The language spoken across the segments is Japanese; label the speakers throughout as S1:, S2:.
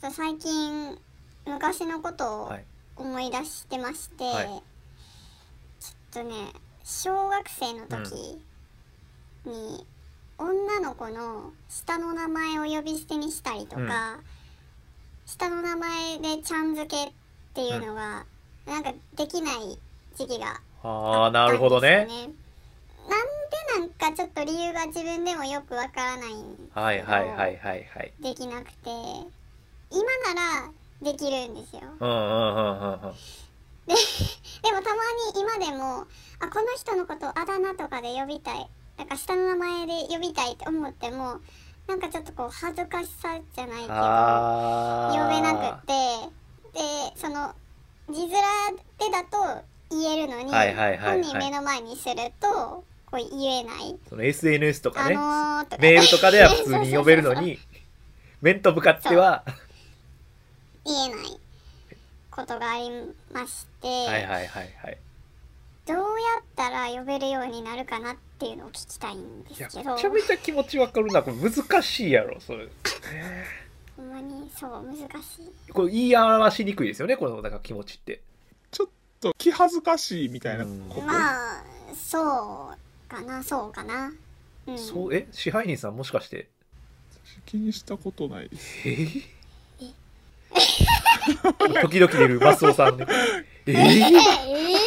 S1: と最近昔のことを
S2: はい
S1: 思い出してまして、
S2: はい
S1: ちょっとね小学生の時に女の子の下の名前を呼び捨てにしたりとか、下の名前でちゃん付けっていうのがなんかできない時期が
S2: ああなるほどね
S1: なんですよなんでなんかちょっと理由が自分でもよくわからないんですけど
S2: はいはいはいはいはい
S1: できなくて今ならできるんですよ
S2: うんうんうんうんうん
S1: で でもたまに今でもあこの人のことあだ名とかで呼びたいなんか下の名前で呼びたいと思ってもなんかちょっとこう恥ずかしさじゃないけど
S2: あ
S1: 呼
S2: あ
S1: べなくってでその字面でだと言えるのに、
S2: はいはいはいは
S1: 本
S2: い
S1: 人目の前にするとこう言えない
S2: その SNS とかね、
S1: あのー、とか
S2: メールとかでは普通に呼べるの
S1: そうそうそう そう
S2: に面と向かっては
S1: 言えないことがありまして、
S2: はいはいはいはい
S1: どうやったら呼べるようになるかなっていうのを聞きたいんで
S2: いや
S1: すけど
S2: めちゃめちゃ気持ちわかるなこれ難しいやろそれ
S1: ほんまにそう難しい
S2: これ言い表しにくいですよねこのなんか気持ちって
S3: ちょっと気恥ずかしいみたいなこと、
S1: まあそうかなそうかなうん
S2: そうえ支配人さんもしかして
S3: 気にしたことないです
S2: え ー時々出るマスオさ んね。えー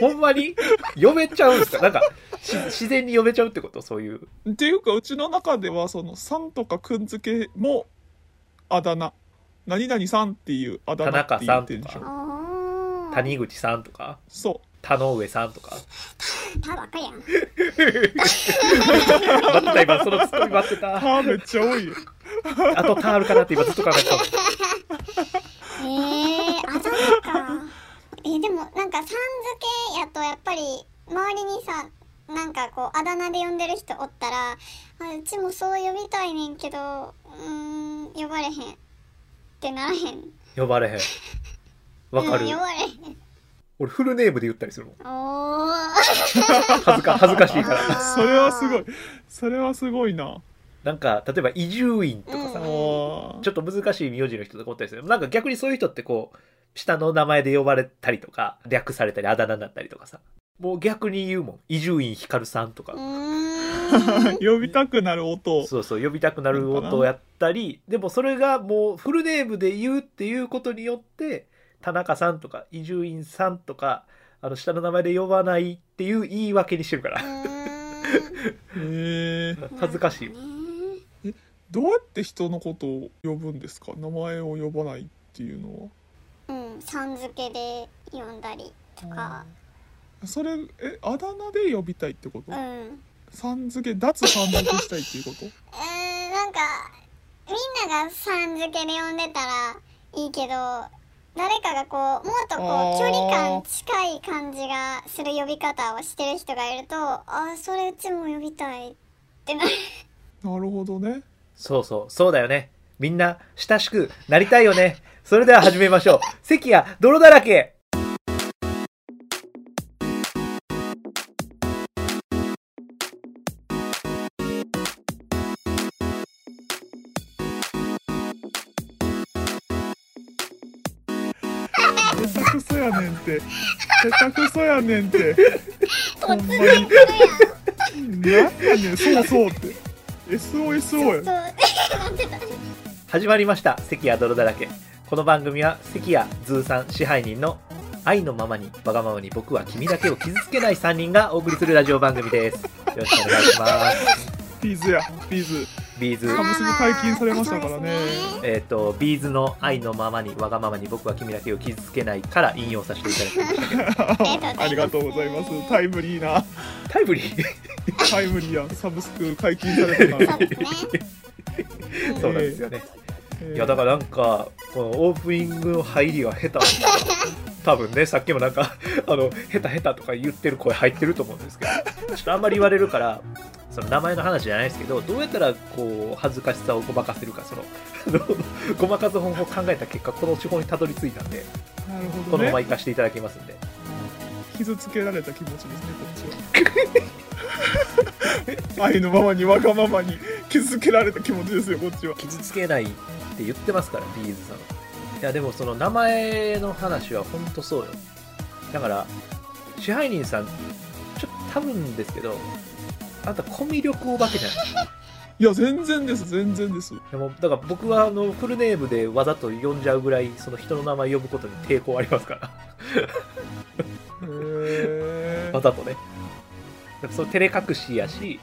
S2: ほんまに呼べちゃうんですかなんか、し自然に呼べちゃうってことそういう。
S3: っていうかうちの中ではその「さん」とか「くん」付けもあだ名「何々さん」っていうあだ名って言ってるでし
S2: 田中さんと
S3: ょ
S1: おー
S2: 谷口さんとか、
S3: そ
S2: 田上さんとか。
S1: たばっかやん
S2: 待ってた、今、そのツッコミ待って
S3: う「
S2: た。
S3: は」めっちゃ多いよ
S2: あとタールかなって今ずっと考えてた。
S1: えー、あざか。えーでもなんかさん付けやとやっぱり周りにさなんかこうあだ名で呼んでる人おったらあうちもそう呼びたいねんけどうーん呼ばれへんってならへん
S2: 呼ばれへん。わかる
S1: うん、呼ばれへん
S2: 俺フルネームで言ったりするもん。
S1: おー
S2: 恥ずか恥ずかしいから。
S1: あー
S3: それはすごいそれはすごいな
S2: なんか、例えば伊集院とかさ、
S1: うん
S3: あ
S2: ちょっと難しい名字の人とかおったりする。なんか逆にそういう人ってこう、下の名前で呼ばれたりとか、略されたり、あだ名だったりとかさ。もう逆に言うもん。伊集院光さんとか
S1: う。ーん
S3: あ呼びたくなる音
S2: そうそう、呼びたくなる音をやったり、でもそれがもうフルネームで言うっていうことによって、田中さんとか伊集院さんとか、あの下の名前で呼ばないっていう言い訳にしてるから。
S3: えー、
S2: 恥ずかしい
S1: よ
S2: よ。
S3: どうやって人のことを呼ぶんですか名前を呼ばないっていうのは
S1: うんさん付けで呼んだりとか
S3: それえあだ名で呼びたいってこと
S1: うん
S3: さん付け脱さん付けしたいっていうこと
S1: うーんなんかみんながさん付けで呼んでたらいいけど誰かがこうもっとこう距
S3: あー
S1: 離感近い感じがする呼び方をしてる人がいるとあーそれうちも呼びたいってなる
S3: なるほどね
S2: そうそう、そうだよね。みんな親しくなりたいよね。それでは始めましょう。席が泥だらけ
S3: 下手くそやねんって下手くそやねんってほんまになんやねんそうそうって SOSO や
S1: そう出た
S2: 始まりました。席や泥だらけ。この番組は関谷ズーさん支配人の愛のままにわがままに僕は君だけを傷つけない3人がお送りするラジオ番組です。よろしくお願いします。
S3: ピーズやピーズ
S2: ビーズ
S1: あ、らまあ
S3: サブスク解禁されましたからね
S1: そうで
S2: えっ、と、ビーズの愛のままにわがままに僕は君だけを傷つけないから引用させていただきましたけど。
S3: ありがとうございますタイムリーな
S2: タイムリー
S3: タイムリーやサブスク解禁された
S1: す
S3: か
S1: ねそ
S3: ら、
S1: うですね
S2: そうなんですよね。
S3: え
S2: いやだからなんかこのオープニングの入りが下手多分ねさっきもなんかあの下手下手とか言ってる声入ってると思うんですけどちょっとあんまり言われるからその名前の話じゃないですけどどうやったらこう恥ずかしさをごまかせるかそのあのごまかす方法を考えた結果この手法にたどり着いたんで
S3: なるほ
S2: こ
S3: ど
S2: のまま
S3: ね
S2: 行かせていただきますんで
S3: 傷つけられた気持ちですねこっちは愛のままにわがままに傷つけられた気持ちですよこっちは
S2: 傷つけないって言ってますからビーズさんはいやでもその名前の話は本当そうよだから支配人さんちょっと多分ですけどあなたコミュ力お化けじゃない
S3: いや全然です全然です
S2: でもだから僕はあのフルネームでわざと呼んじゃうぐらいその人の名前呼ぶことに抵抗ありますから
S3: へえ
S2: わざとね。だからその照れ隠しやし、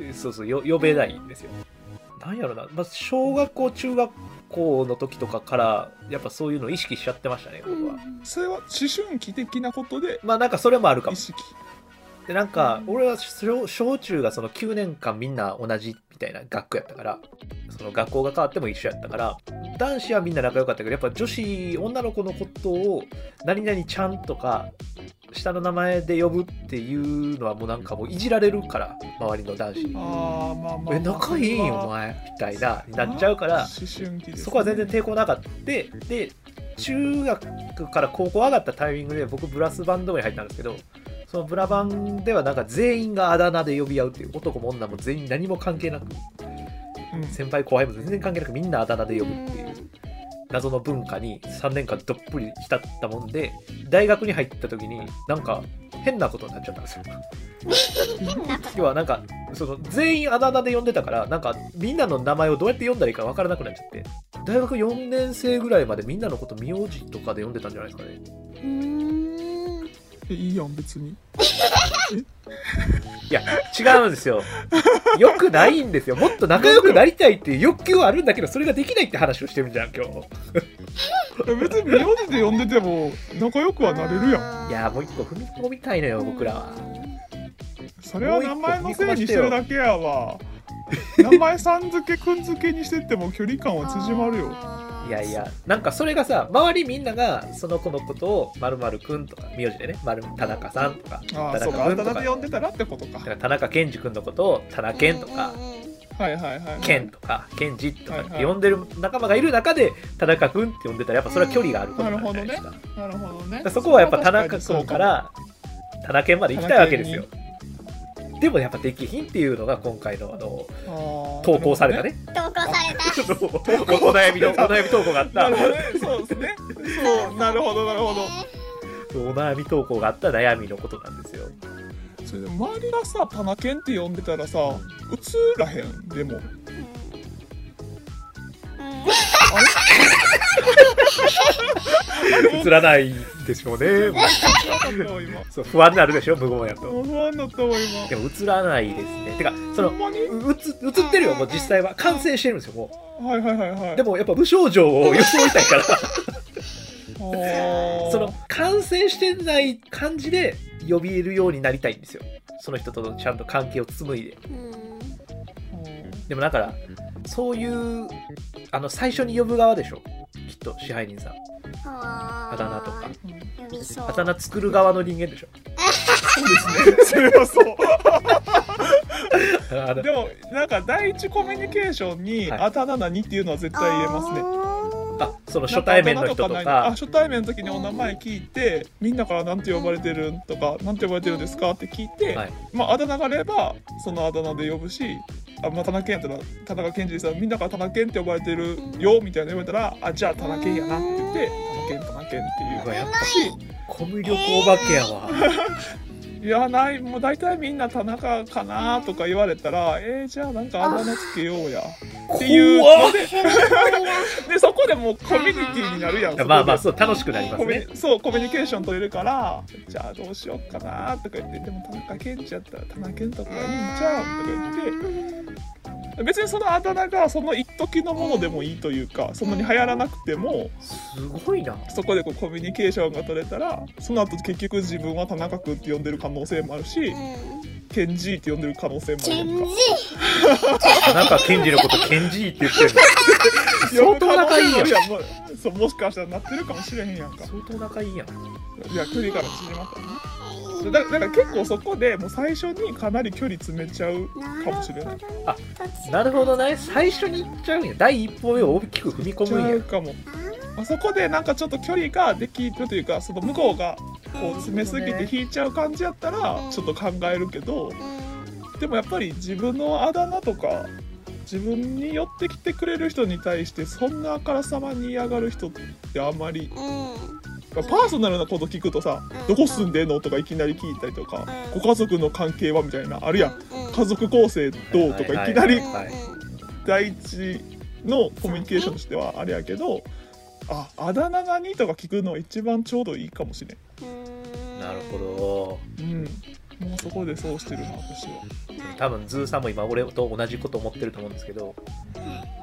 S2: えそうそう、よ呼べないんですよ。なんやろな、まあ、小学校、中学校の時とかから、やっぱそういうの意識しちゃってましたね、
S1: う
S2: 僕は。
S1: ん
S3: それは思春期的なことで
S2: まあなんかそれもあるか
S3: 意
S2: も。
S3: 識
S2: で、なんか、俺は小小中がその9年間みんな同じみたいな学区やったから、その学校が変わっても一緒やったから、男子はみんな仲良かったけど、やっぱ女子、女の子のことを、何々ちゃんとか、下の名前で呼ぶっていうのはもうなんかもういじられるから、周りの男子に。
S3: ああまあまあまあ
S2: え仲いいんお前みたいなになっちゃうから
S3: 思春期ですね
S2: そこは全然抵抗なかったでで中学から高校上がったタイミングで僕ブラスバンド部に入ったんですけどそのブラバンではなんか全員があだ名で呼び合うっていう男も女も全員何も関係なく
S3: うん
S2: 先輩後輩も全然関係なくみんなあだ名で呼ぶっていう謎の文化に3年間どっぷり浸ったもんで大学に入った時になんか変なことになっちゃったんですよ
S1: 変なこと
S2: 要はなんかその全員あだ名で呼んでたからなんかみんなの名前をどうやって呼んだらいいか分からなくなっちゃって大学4年生ぐらいまでみんなのこと名字とかで呼んでたんじゃないですかね
S1: うーん
S3: えいいやん別に
S2: いや違うんですよよくないんですよもっと仲良くなりたいっていう欲求はあるんだけどそれができないって話をしてるじゃん今日
S3: え別に名字で呼んでても仲良くはなれるやん
S2: いやもう一個踏み込みたいのよ僕らは
S3: それは名前のせいにしてるだけやわ名前さん付けくん付けにしてっても距離感は縮まるよ
S2: いやいやなんかそれがさ周りみんながその子のことを「まるくん」とか名字でね「まる田中さん」とか「
S3: あ
S2: 田
S3: あそう
S2: 中
S3: かあ
S2: くん」
S3: だ
S2: と
S3: 名
S2: か
S3: で呼んでたらってことか
S2: だから田中健二君のことを「田中健」とか
S1: うんうんうん
S3: はいはいはい
S2: 健とか健二とか
S3: はいはい
S2: 呼んでる仲間がいる中で田中君って呼んでたらやっぱそれは距離があることなんじゃないですか,、
S3: なるほどね
S2: そこはやっぱ田中
S3: そ
S2: 君
S3: う
S2: から田中健まで行きたいわけですよでもやっぱできひんっていうのが今回のあの投
S3: 投
S2: 稿されたね
S1: 投稿された
S2: ちょっとお悩みのお悩み投稿があっ
S3: な
S2: た
S3: るほどねそうですねそうなるほどなるほど
S1: ね
S2: お悩み投稿があった悩みのことなんですよ
S3: それで周りがさ「パナケン」って呼んでたらさ映らへんでも
S1: うん
S2: 映らないでしょうね
S3: 不安だったわ今
S2: そう不安になるでしょ無言やと
S3: 不安だったわ今
S2: でも映らないですねてかその
S3: ほんまに
S2: う映映ってるよもう実際は感染してるんですよもう
S3: はいはいはい はい
S2: でもやっぱ無症状を装いたいから
S3: も
S2: その感染してない感じで呼びるようになりたいんですよその人とのちゃんと関係を紡いで
S1: うん
S2: でもだからそういうあの最初に呼ぶ側でしょきっと支配人さん
S1: あ
S2: あだ名とか
S1: 呼びそう
S2: あだ名作る側の人間でしょ
S3: それはそう
S2: あの
S3: でもなんか第一コミュニケーションに「
S2: はい
S3: あたななに」っていうのは絶対言えますね
S2: あその初対面の人と
S3: な
S2: か
S3: んあ初対面の時にお名前聞いてみんなからなんて呼ばれてるんとかなんて呼ばれてるんですかって聞いて、
S2: はい
S3: まああだ名があればそのあだ名で呼ぶしあ、まあ、田中健やったら田中健二さんみんなから田中健って呼ばれてるよみたいな言われたらあじゃあ田中健やなって言って田中健田中健って
S2: うわやっぱ
S3: いう
S2: コミュ力お化けやわ、
S3: しいやないもう大体みんな田中かなとか言われたらえー、じゃあなんかあだ名つけようやっていう
S2: 怖
S3: の
S2: っ
S3: ででそこでもうコミュニティになるやん
S2: まあまあ
S3: そこで
S2: そう楽しくなりま
S3: コ
S2: す
S3: ミ
S2: ね
S3: ュニそうコミュニケーション取れるからじゃあどうしようかなとか言ってでも田中健二やったら田中健とかいいんちゃうとか言って別にそのあだ名がその一時のものでもいいというかそんなに流行らなくても
S2: すごいな
S3: そこでこうコミュニケーションが取れたらその後結局自分は田中君って呼んでる可能性もあるし健二って呼んでる可能性もある
S1: チ
S3: や
S1: ェ
S3: ん
S1: ン
S3: か
S1: ジ
S2: なんかケンジのことケンジーって言ってるの相当仲いい
S3: 呼
S2: やん
S3: ぶ可能性もあるやんもうそうもしかしたらなってるかもしれへんやんか
S2: 相当仲いいやん
S3: いや距離から縮まったねだだから結構そこでもう最初にかなり距離詰めちゃうかもしれない。
S2: あなるほどね最初に行っちゃうんや第一歩目を大きく踏み込
S3: ち
S2: むん
S3: ゃ
S2: や
S3: うかも。あそこでなんかちょっと距離ができるというかその向こうがこう詰めすぎて引いちゃう感じやったらちょっと考えるけどでもやっぱり自分のあだ名とか自自分に寄ってきてくれる人に対してそんなあからさまに嫌がる人ってあんまり
S1: うん
S3: パーソナルなこと聞くとさ「どこ住んでんの?」とかいきなり聞いたりとか「
S1: うん
S3: ご家族の関係は?」みたいなあるいは
S1: うん
S3: 「家族構成どう?」とかいきなり
S1: うん
S2: はい
S3: 第一のコミュニケーションとしてはあれやけど「ああだ名がに」とか聞くのは一番ちょうどいいかもしれん。
S1: うん
S2: なるほ
S3: うんもうそこでそうしてるな私は。
S1: ど
S2: ど多分ズーさんも今俺と同じこと思ってると思うんですけど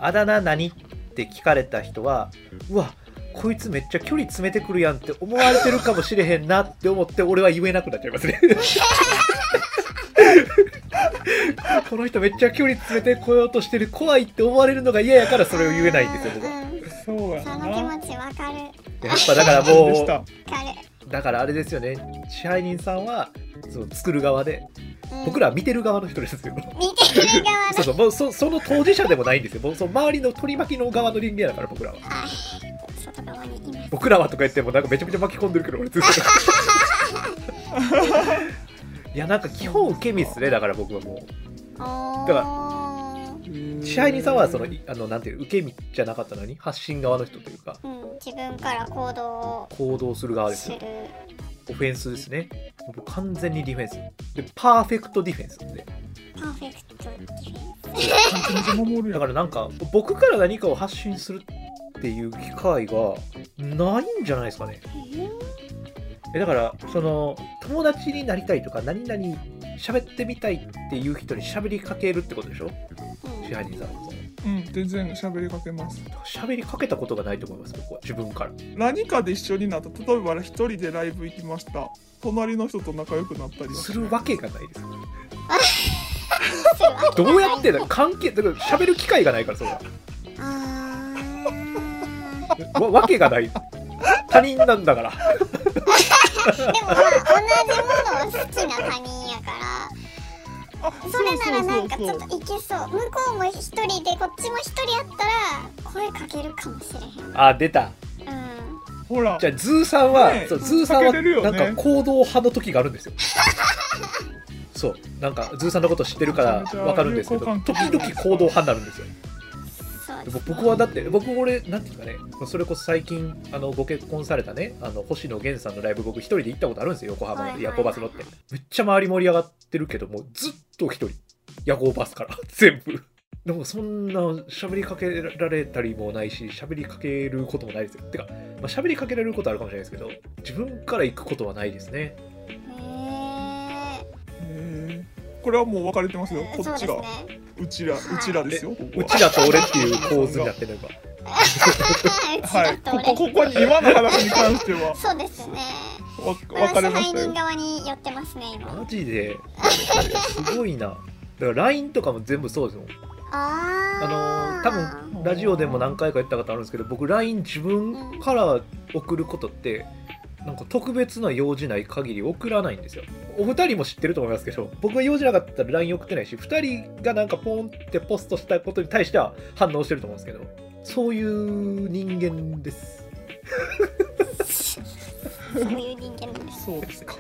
S2: あだ名何って聞かれた人はうわこいつめっちゃ距離詰めてくるやんって思われてるかもしれへんなって思って俺は言えなくなっちゃいますねこの人めっちゃ距離詰めてこようとしてる怖いって思われるのが嫌やからそれを言えないんですよ僕は
S1: うんうん
S3: そうや
S1: そ
S3: な。
S1: の気持ちわかるわ
S2: やっぱだからも
S3: でし
S2: う
S3: た。
S1: かる
S2: だからあれですよね支配人さんはそう作る側で
S1: うん
S2: 僕らは見てる側の人ですよ
S1: 見てる側の
S2: そうそうもうそその当事者でもないんですよもうその周りの取り巻きの側の人間だから僕らは
S1: はい 外側にいます
S2: 僕らはとか言ってもなんかめちゃめちゃ巻き込んでるけど俺ずっといやなんか基本受け身っすねだから僕はもだからう支配人さんはそのいあのなんていう受け身じゃなかったのに発信側の人というか
S1: うん、自分から行動
S2: 行動する側
S1: を
S2: です
S1: す
S2: よ
S1: る
S2: オフェンスですね僕完全にディフェンスでパーフェクトディフェンスですね
S1: パーフェクトディフェン
S3: 完全に守るや
S2: だか
S3: ん
S2: らなんか僕から何かを発信するっていう機会がないんじゃないですかね
S1: スうん
S2: えだからその友達になりたいとか何々喋ってみたいっていう人に喋りかけるってことでしょ支配人さんは
S3: うん、全然喋りかけます。
S2: 喋りかけたことがないと思います僕は自分から
S3: 何かで一緒になった、例えば一人でライブ行きました。隣の人と仲良くなったりは
S2: するわけがないです
S1: するわけ
S2: どうやってだ関係だから喋る機会がないからそれは
S1: あ ー
S2: わわけがない他人なんだから
S1: でもまあ同じものを好きな他人やから
S3: あ、
S1: それならなんかち
S3: そう
S1: ょ
S3: そう
S1: っ
S3: そう
S1: といけそう向こうも一人でこっちも一人やったら声かけるかもしれへんうん
S2: あ出た
S3: ほら
S2: じゃあズーさんは、
S3: ねえ
S2: そうズーさん
S3: 避
S2: は
S3: けれるよ
S2: な
S3: ね
S2: んか行動派の時があるんですよ。そうなんかズーさんのこと知ってるか
S3: めちゃめ
S2: ら
S3: ちゃ
S2: わかるんですけど
S3: 友好関
S2: 時
S3: 係
S2: 々行動派になるんですよ。
S1: そう
S2: でも僕はだって僕俺なんていうかねそれこそ最近あのご結婚されたねあの星野源さんのライブ僕一人で行ったことあるんですよ横浜
S1: は
S2: の
S1: い
S2: 夜行バス乗ってめっちゃ周り盛り上がってるけどもうずっと一人夜行バスから 全部でもそんな喋りかけられたりもないし喋りかけることもないですよてか、まあ、喋りかけられることはあるかもしれないですけど自分から行くことはないですね
S1: へー
S3: へーこれはもう分かれてますよ。こ
S1: そう
S3: っ
S1: です
S3: ち
S1: ね
S3: が、うちら、うちらですよ。ここ
S2: う
S3: は
S2: ちだと俺っていう構図になってるのが
S1: うち
S3: は
S1: だ
S3: い、
S1: と
S3: こ
S1: 俺
S3: こ、ここに、今の話に関して は、
S1: そうですね
S3: わ、分か
S1: 私
S3: れま
S1: 配
S3: した
S1: 人
S3: よ。
S1: 側に寄ってますね今
S2: マジですごいなだから LINE とかも全部そうですもん
S1: あ
S2: あのー
S1: ー
S2: 多分ラジオでも何回か言ったことあるんですけど僕 LINE 自分から送ることってなんか特別な用事ない限り送らないんですよお二人も知ってると思いますけど僕が用事なかったら LINE 送ってないし二人がなんかポンってポストしたことに対しては反応してると思うんですけどそういう人間です
S1: そういう人間なんです
S3: そうですか。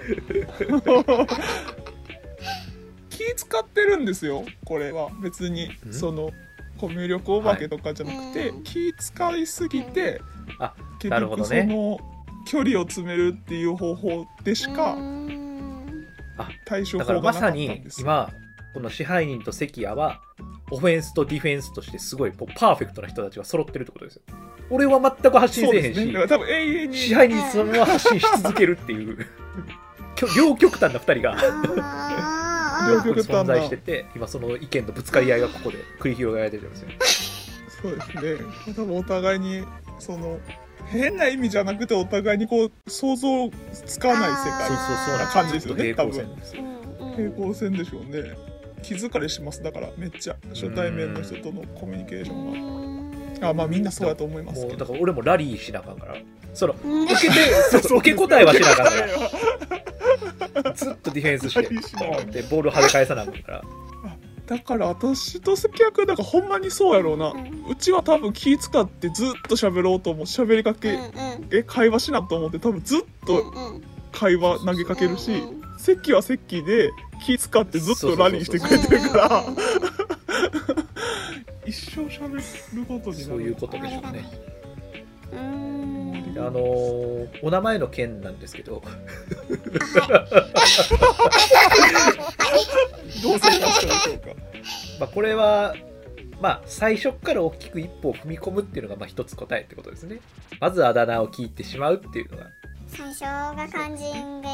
S3: 気使ってるんですよこれは別に
S2: ん
S3: そのコミュ力お化けとかじゃなくて、
S1: はい
S3: 気使いすぎて
S2: あ
S3: 結
S2: なるほ
S3: 局
S2: ど
S3: そ
S2: ね
S3: の距離を詰めるっていう方法でし
S1: うー
S3: か
S1: ん
S3: 対処
S2: だか
S3: 法
S2: らま
S3: がなか
S2: さ
S3: ったん
S2: に
S3: ですよ
S2: 今この支配人と関谷はオフェンスとディフェンスとしてすごいもうパーフェクトな人たちが揃ってるってことですよ俺は全く発信
S3: そう
S2: せえへ
S3: で
S2: ん
S3: す
S2: し、
S3: ねだから多分永遠に
S2: 支配人そのまま発信し続けるっていうきょ 両極端な2人が
S1: あ
S3: 両
S1: ー
S3: 極端な
S2: 存在してて今その意見のぶつかり合いがここで繰り広げられてるんですよ
S3: そうですね多分お互いにその変な意味じゃなくてお互いにこう想像つかない世
S1: あ
S2: そう
S3: 界
S2: そうそう
S1: な
S3: 感じですよね
S2: 平行線です
S1: う
S2: よ
S1: んう
S3: 平
S1: ん
S3: 行線でしょうね気疲れしますだからめっちゃ初対面の人とのコミュニケーションが。あまあみんなそうやと思います
S2: も
S3: け
S2: うだ
S3: ど。
S2: から俺もラリーしなあかんからその
S1: うん
S2: 受けてそうそう受け答えはしなあかんからずっとディフェンスして
S3: ラリーしなあかん
S2: でボールを跳ね返さなあかんから
S3: だから私と関谷君だからほんまにそうやろうな。
S1: ん
S3: うちは多分気使ってずっと喋ろうと思う喋りか
S1: うん
S3: け、え会話しなと思って多分ずっ
S1: うん
S3: と会話投げかけるし、
S1: うんうん
S3: 関は関で気使ってずっとラリーしてくれてるか
S1: うんうんうんう
S3: ら
S1: ん
S3: 一生喋ることになる
S2: そういうこ
S1: 終
S2: と
S1: わ
S2: で
S1: り
S2: しょう
S1: がない
S2: ね。
S1: うーん。
S2: であのーお名前の件なんですけど、
S3: どうすればしたでしょうか
S2: まあ、これは、まあ、最初から大きく一歩を踏み込むっていうのがまあ一つ答えってことですね。まずあだ名を聞いてしまうっていうのが。
S1: 最初が肝心で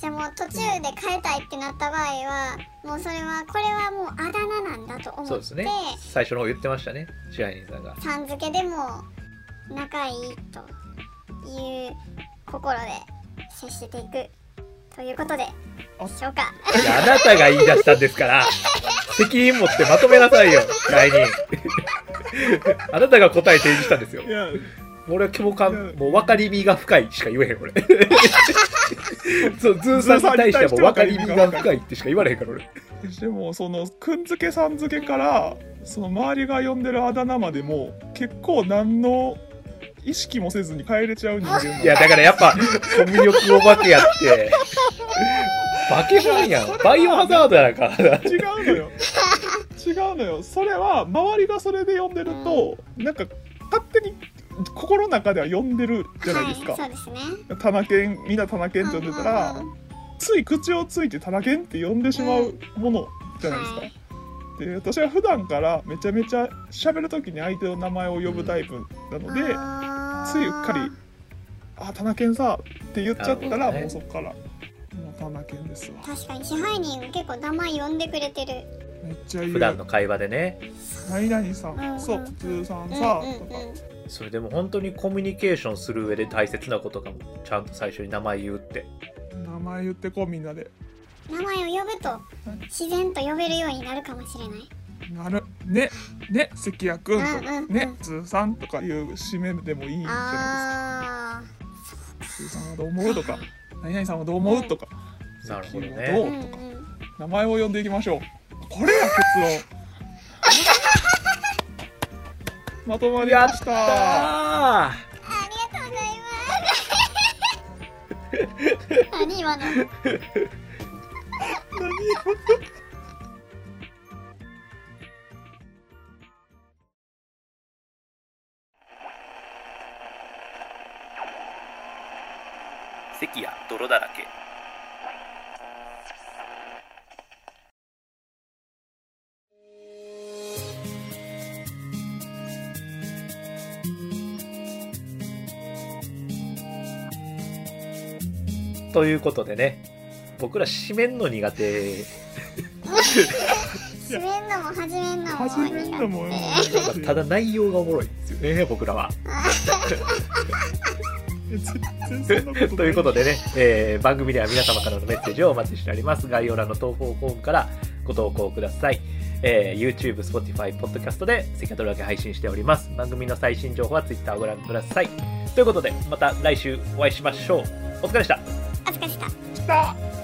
S1: じゃあもう途中で変えたいってなった場合はもうそれはこれはもうあだ名なんだと思
S2: そう
S1: っ
S2: です
S1: て、
S2: ね。最初の方言ってましたね、支配人さんが。
S1: さん付けでも仲いいという心で接していくということでしょうか
S2: いやあなたが言い出したんですから、責任持ってまとめなさいよ、支配人。 あなたが答え提示したん ですよ
S3: い。や
S2: 俺は共感、もう分かりみが深いしか言えへん、俺。 そう、ズーさんに対してはもう分かりみが深いってしか言われへんから、俺。
S3: でもそのくんづけさんづけからその周りが呼んでるあだ名までも結構何の意識もせずに変えれちゃう人間なんで
S2: いや、だからやっぱ、コミュ力お化けやって、化け物やん。バイオハザードやから。
S3: 違うのよ違うのよそれは周りがそれで呼んでるとなんか勝手に心の中では呼んでるじゃないですか、
S1: はい、そうですね
S3: タナケンみんなタナケンって呼んでたら、
S1: うんうんうん
S3: つい口をついてタナケンって呼んでしまうものじゃないですか、
S1: はい
S3: で私は普段からめちゃめちゃ喋る時に相手の名前を呼ぶタイプなので、
S1: あー
S3: ついうっかり「あタナケンさ」って言っちゃ
S2: な
S3: った
S2: るほ
S3: ら、
S2: どね
S3: もうそこから「もうタナケンですわ
S1: 確かに支配人結構名前呼んでくれてる」
S3: めっちゃ言う
S2: 普段の会話でね。
S3: 何々さん、
S1: うんうん
S3: そう普通さん
S1: うんうん
S3: さ、とか
S1: うん
S2: それでも本当にコミュニケーションする上で大切なことが、ちゃんと最初に名前言うって。
S3: 名前言ってこうみんなで
S1: 名前を呼ぶと自然と呼べるようになるかもしれない。
S3: なるねね関谷君とか、
S1: うんうんうん
S3: ね通さんとかいう締めでもいいんじゃ
S1: あ
S3: ないですか通さんはどう思うとか何々さんはどう思うとか
S2: なるほど
S3: ど
S1: あ、う
S2: ね。
S1: んうん、
S3: 名前を呼んでいきましょうこれや結 論まとまりました
S2: あ
S1: ありがとうございます。 何今の。
S2: 席や泥だらけ。ということでね、僕ら締めんの苦手、
S1: 締めんのも始めんのも。
S3: 始めるのも
S2: まあただ内容がおもろいんですよね、僕らは。
S3: 全然そんな こ と
S2: ということでね、えー番組では皆様からのメッセージをお待ちしております。概要欄の投稿フォームからご投稿ください。えー YouTube、Spotify、Podcast でセキャトルだけ配信しております。番組の最新情報は Twitter をご覧ください。ということで、また来週お会いしましょう。お疲れでした。
S1: あ、疲れた。
S3: 来た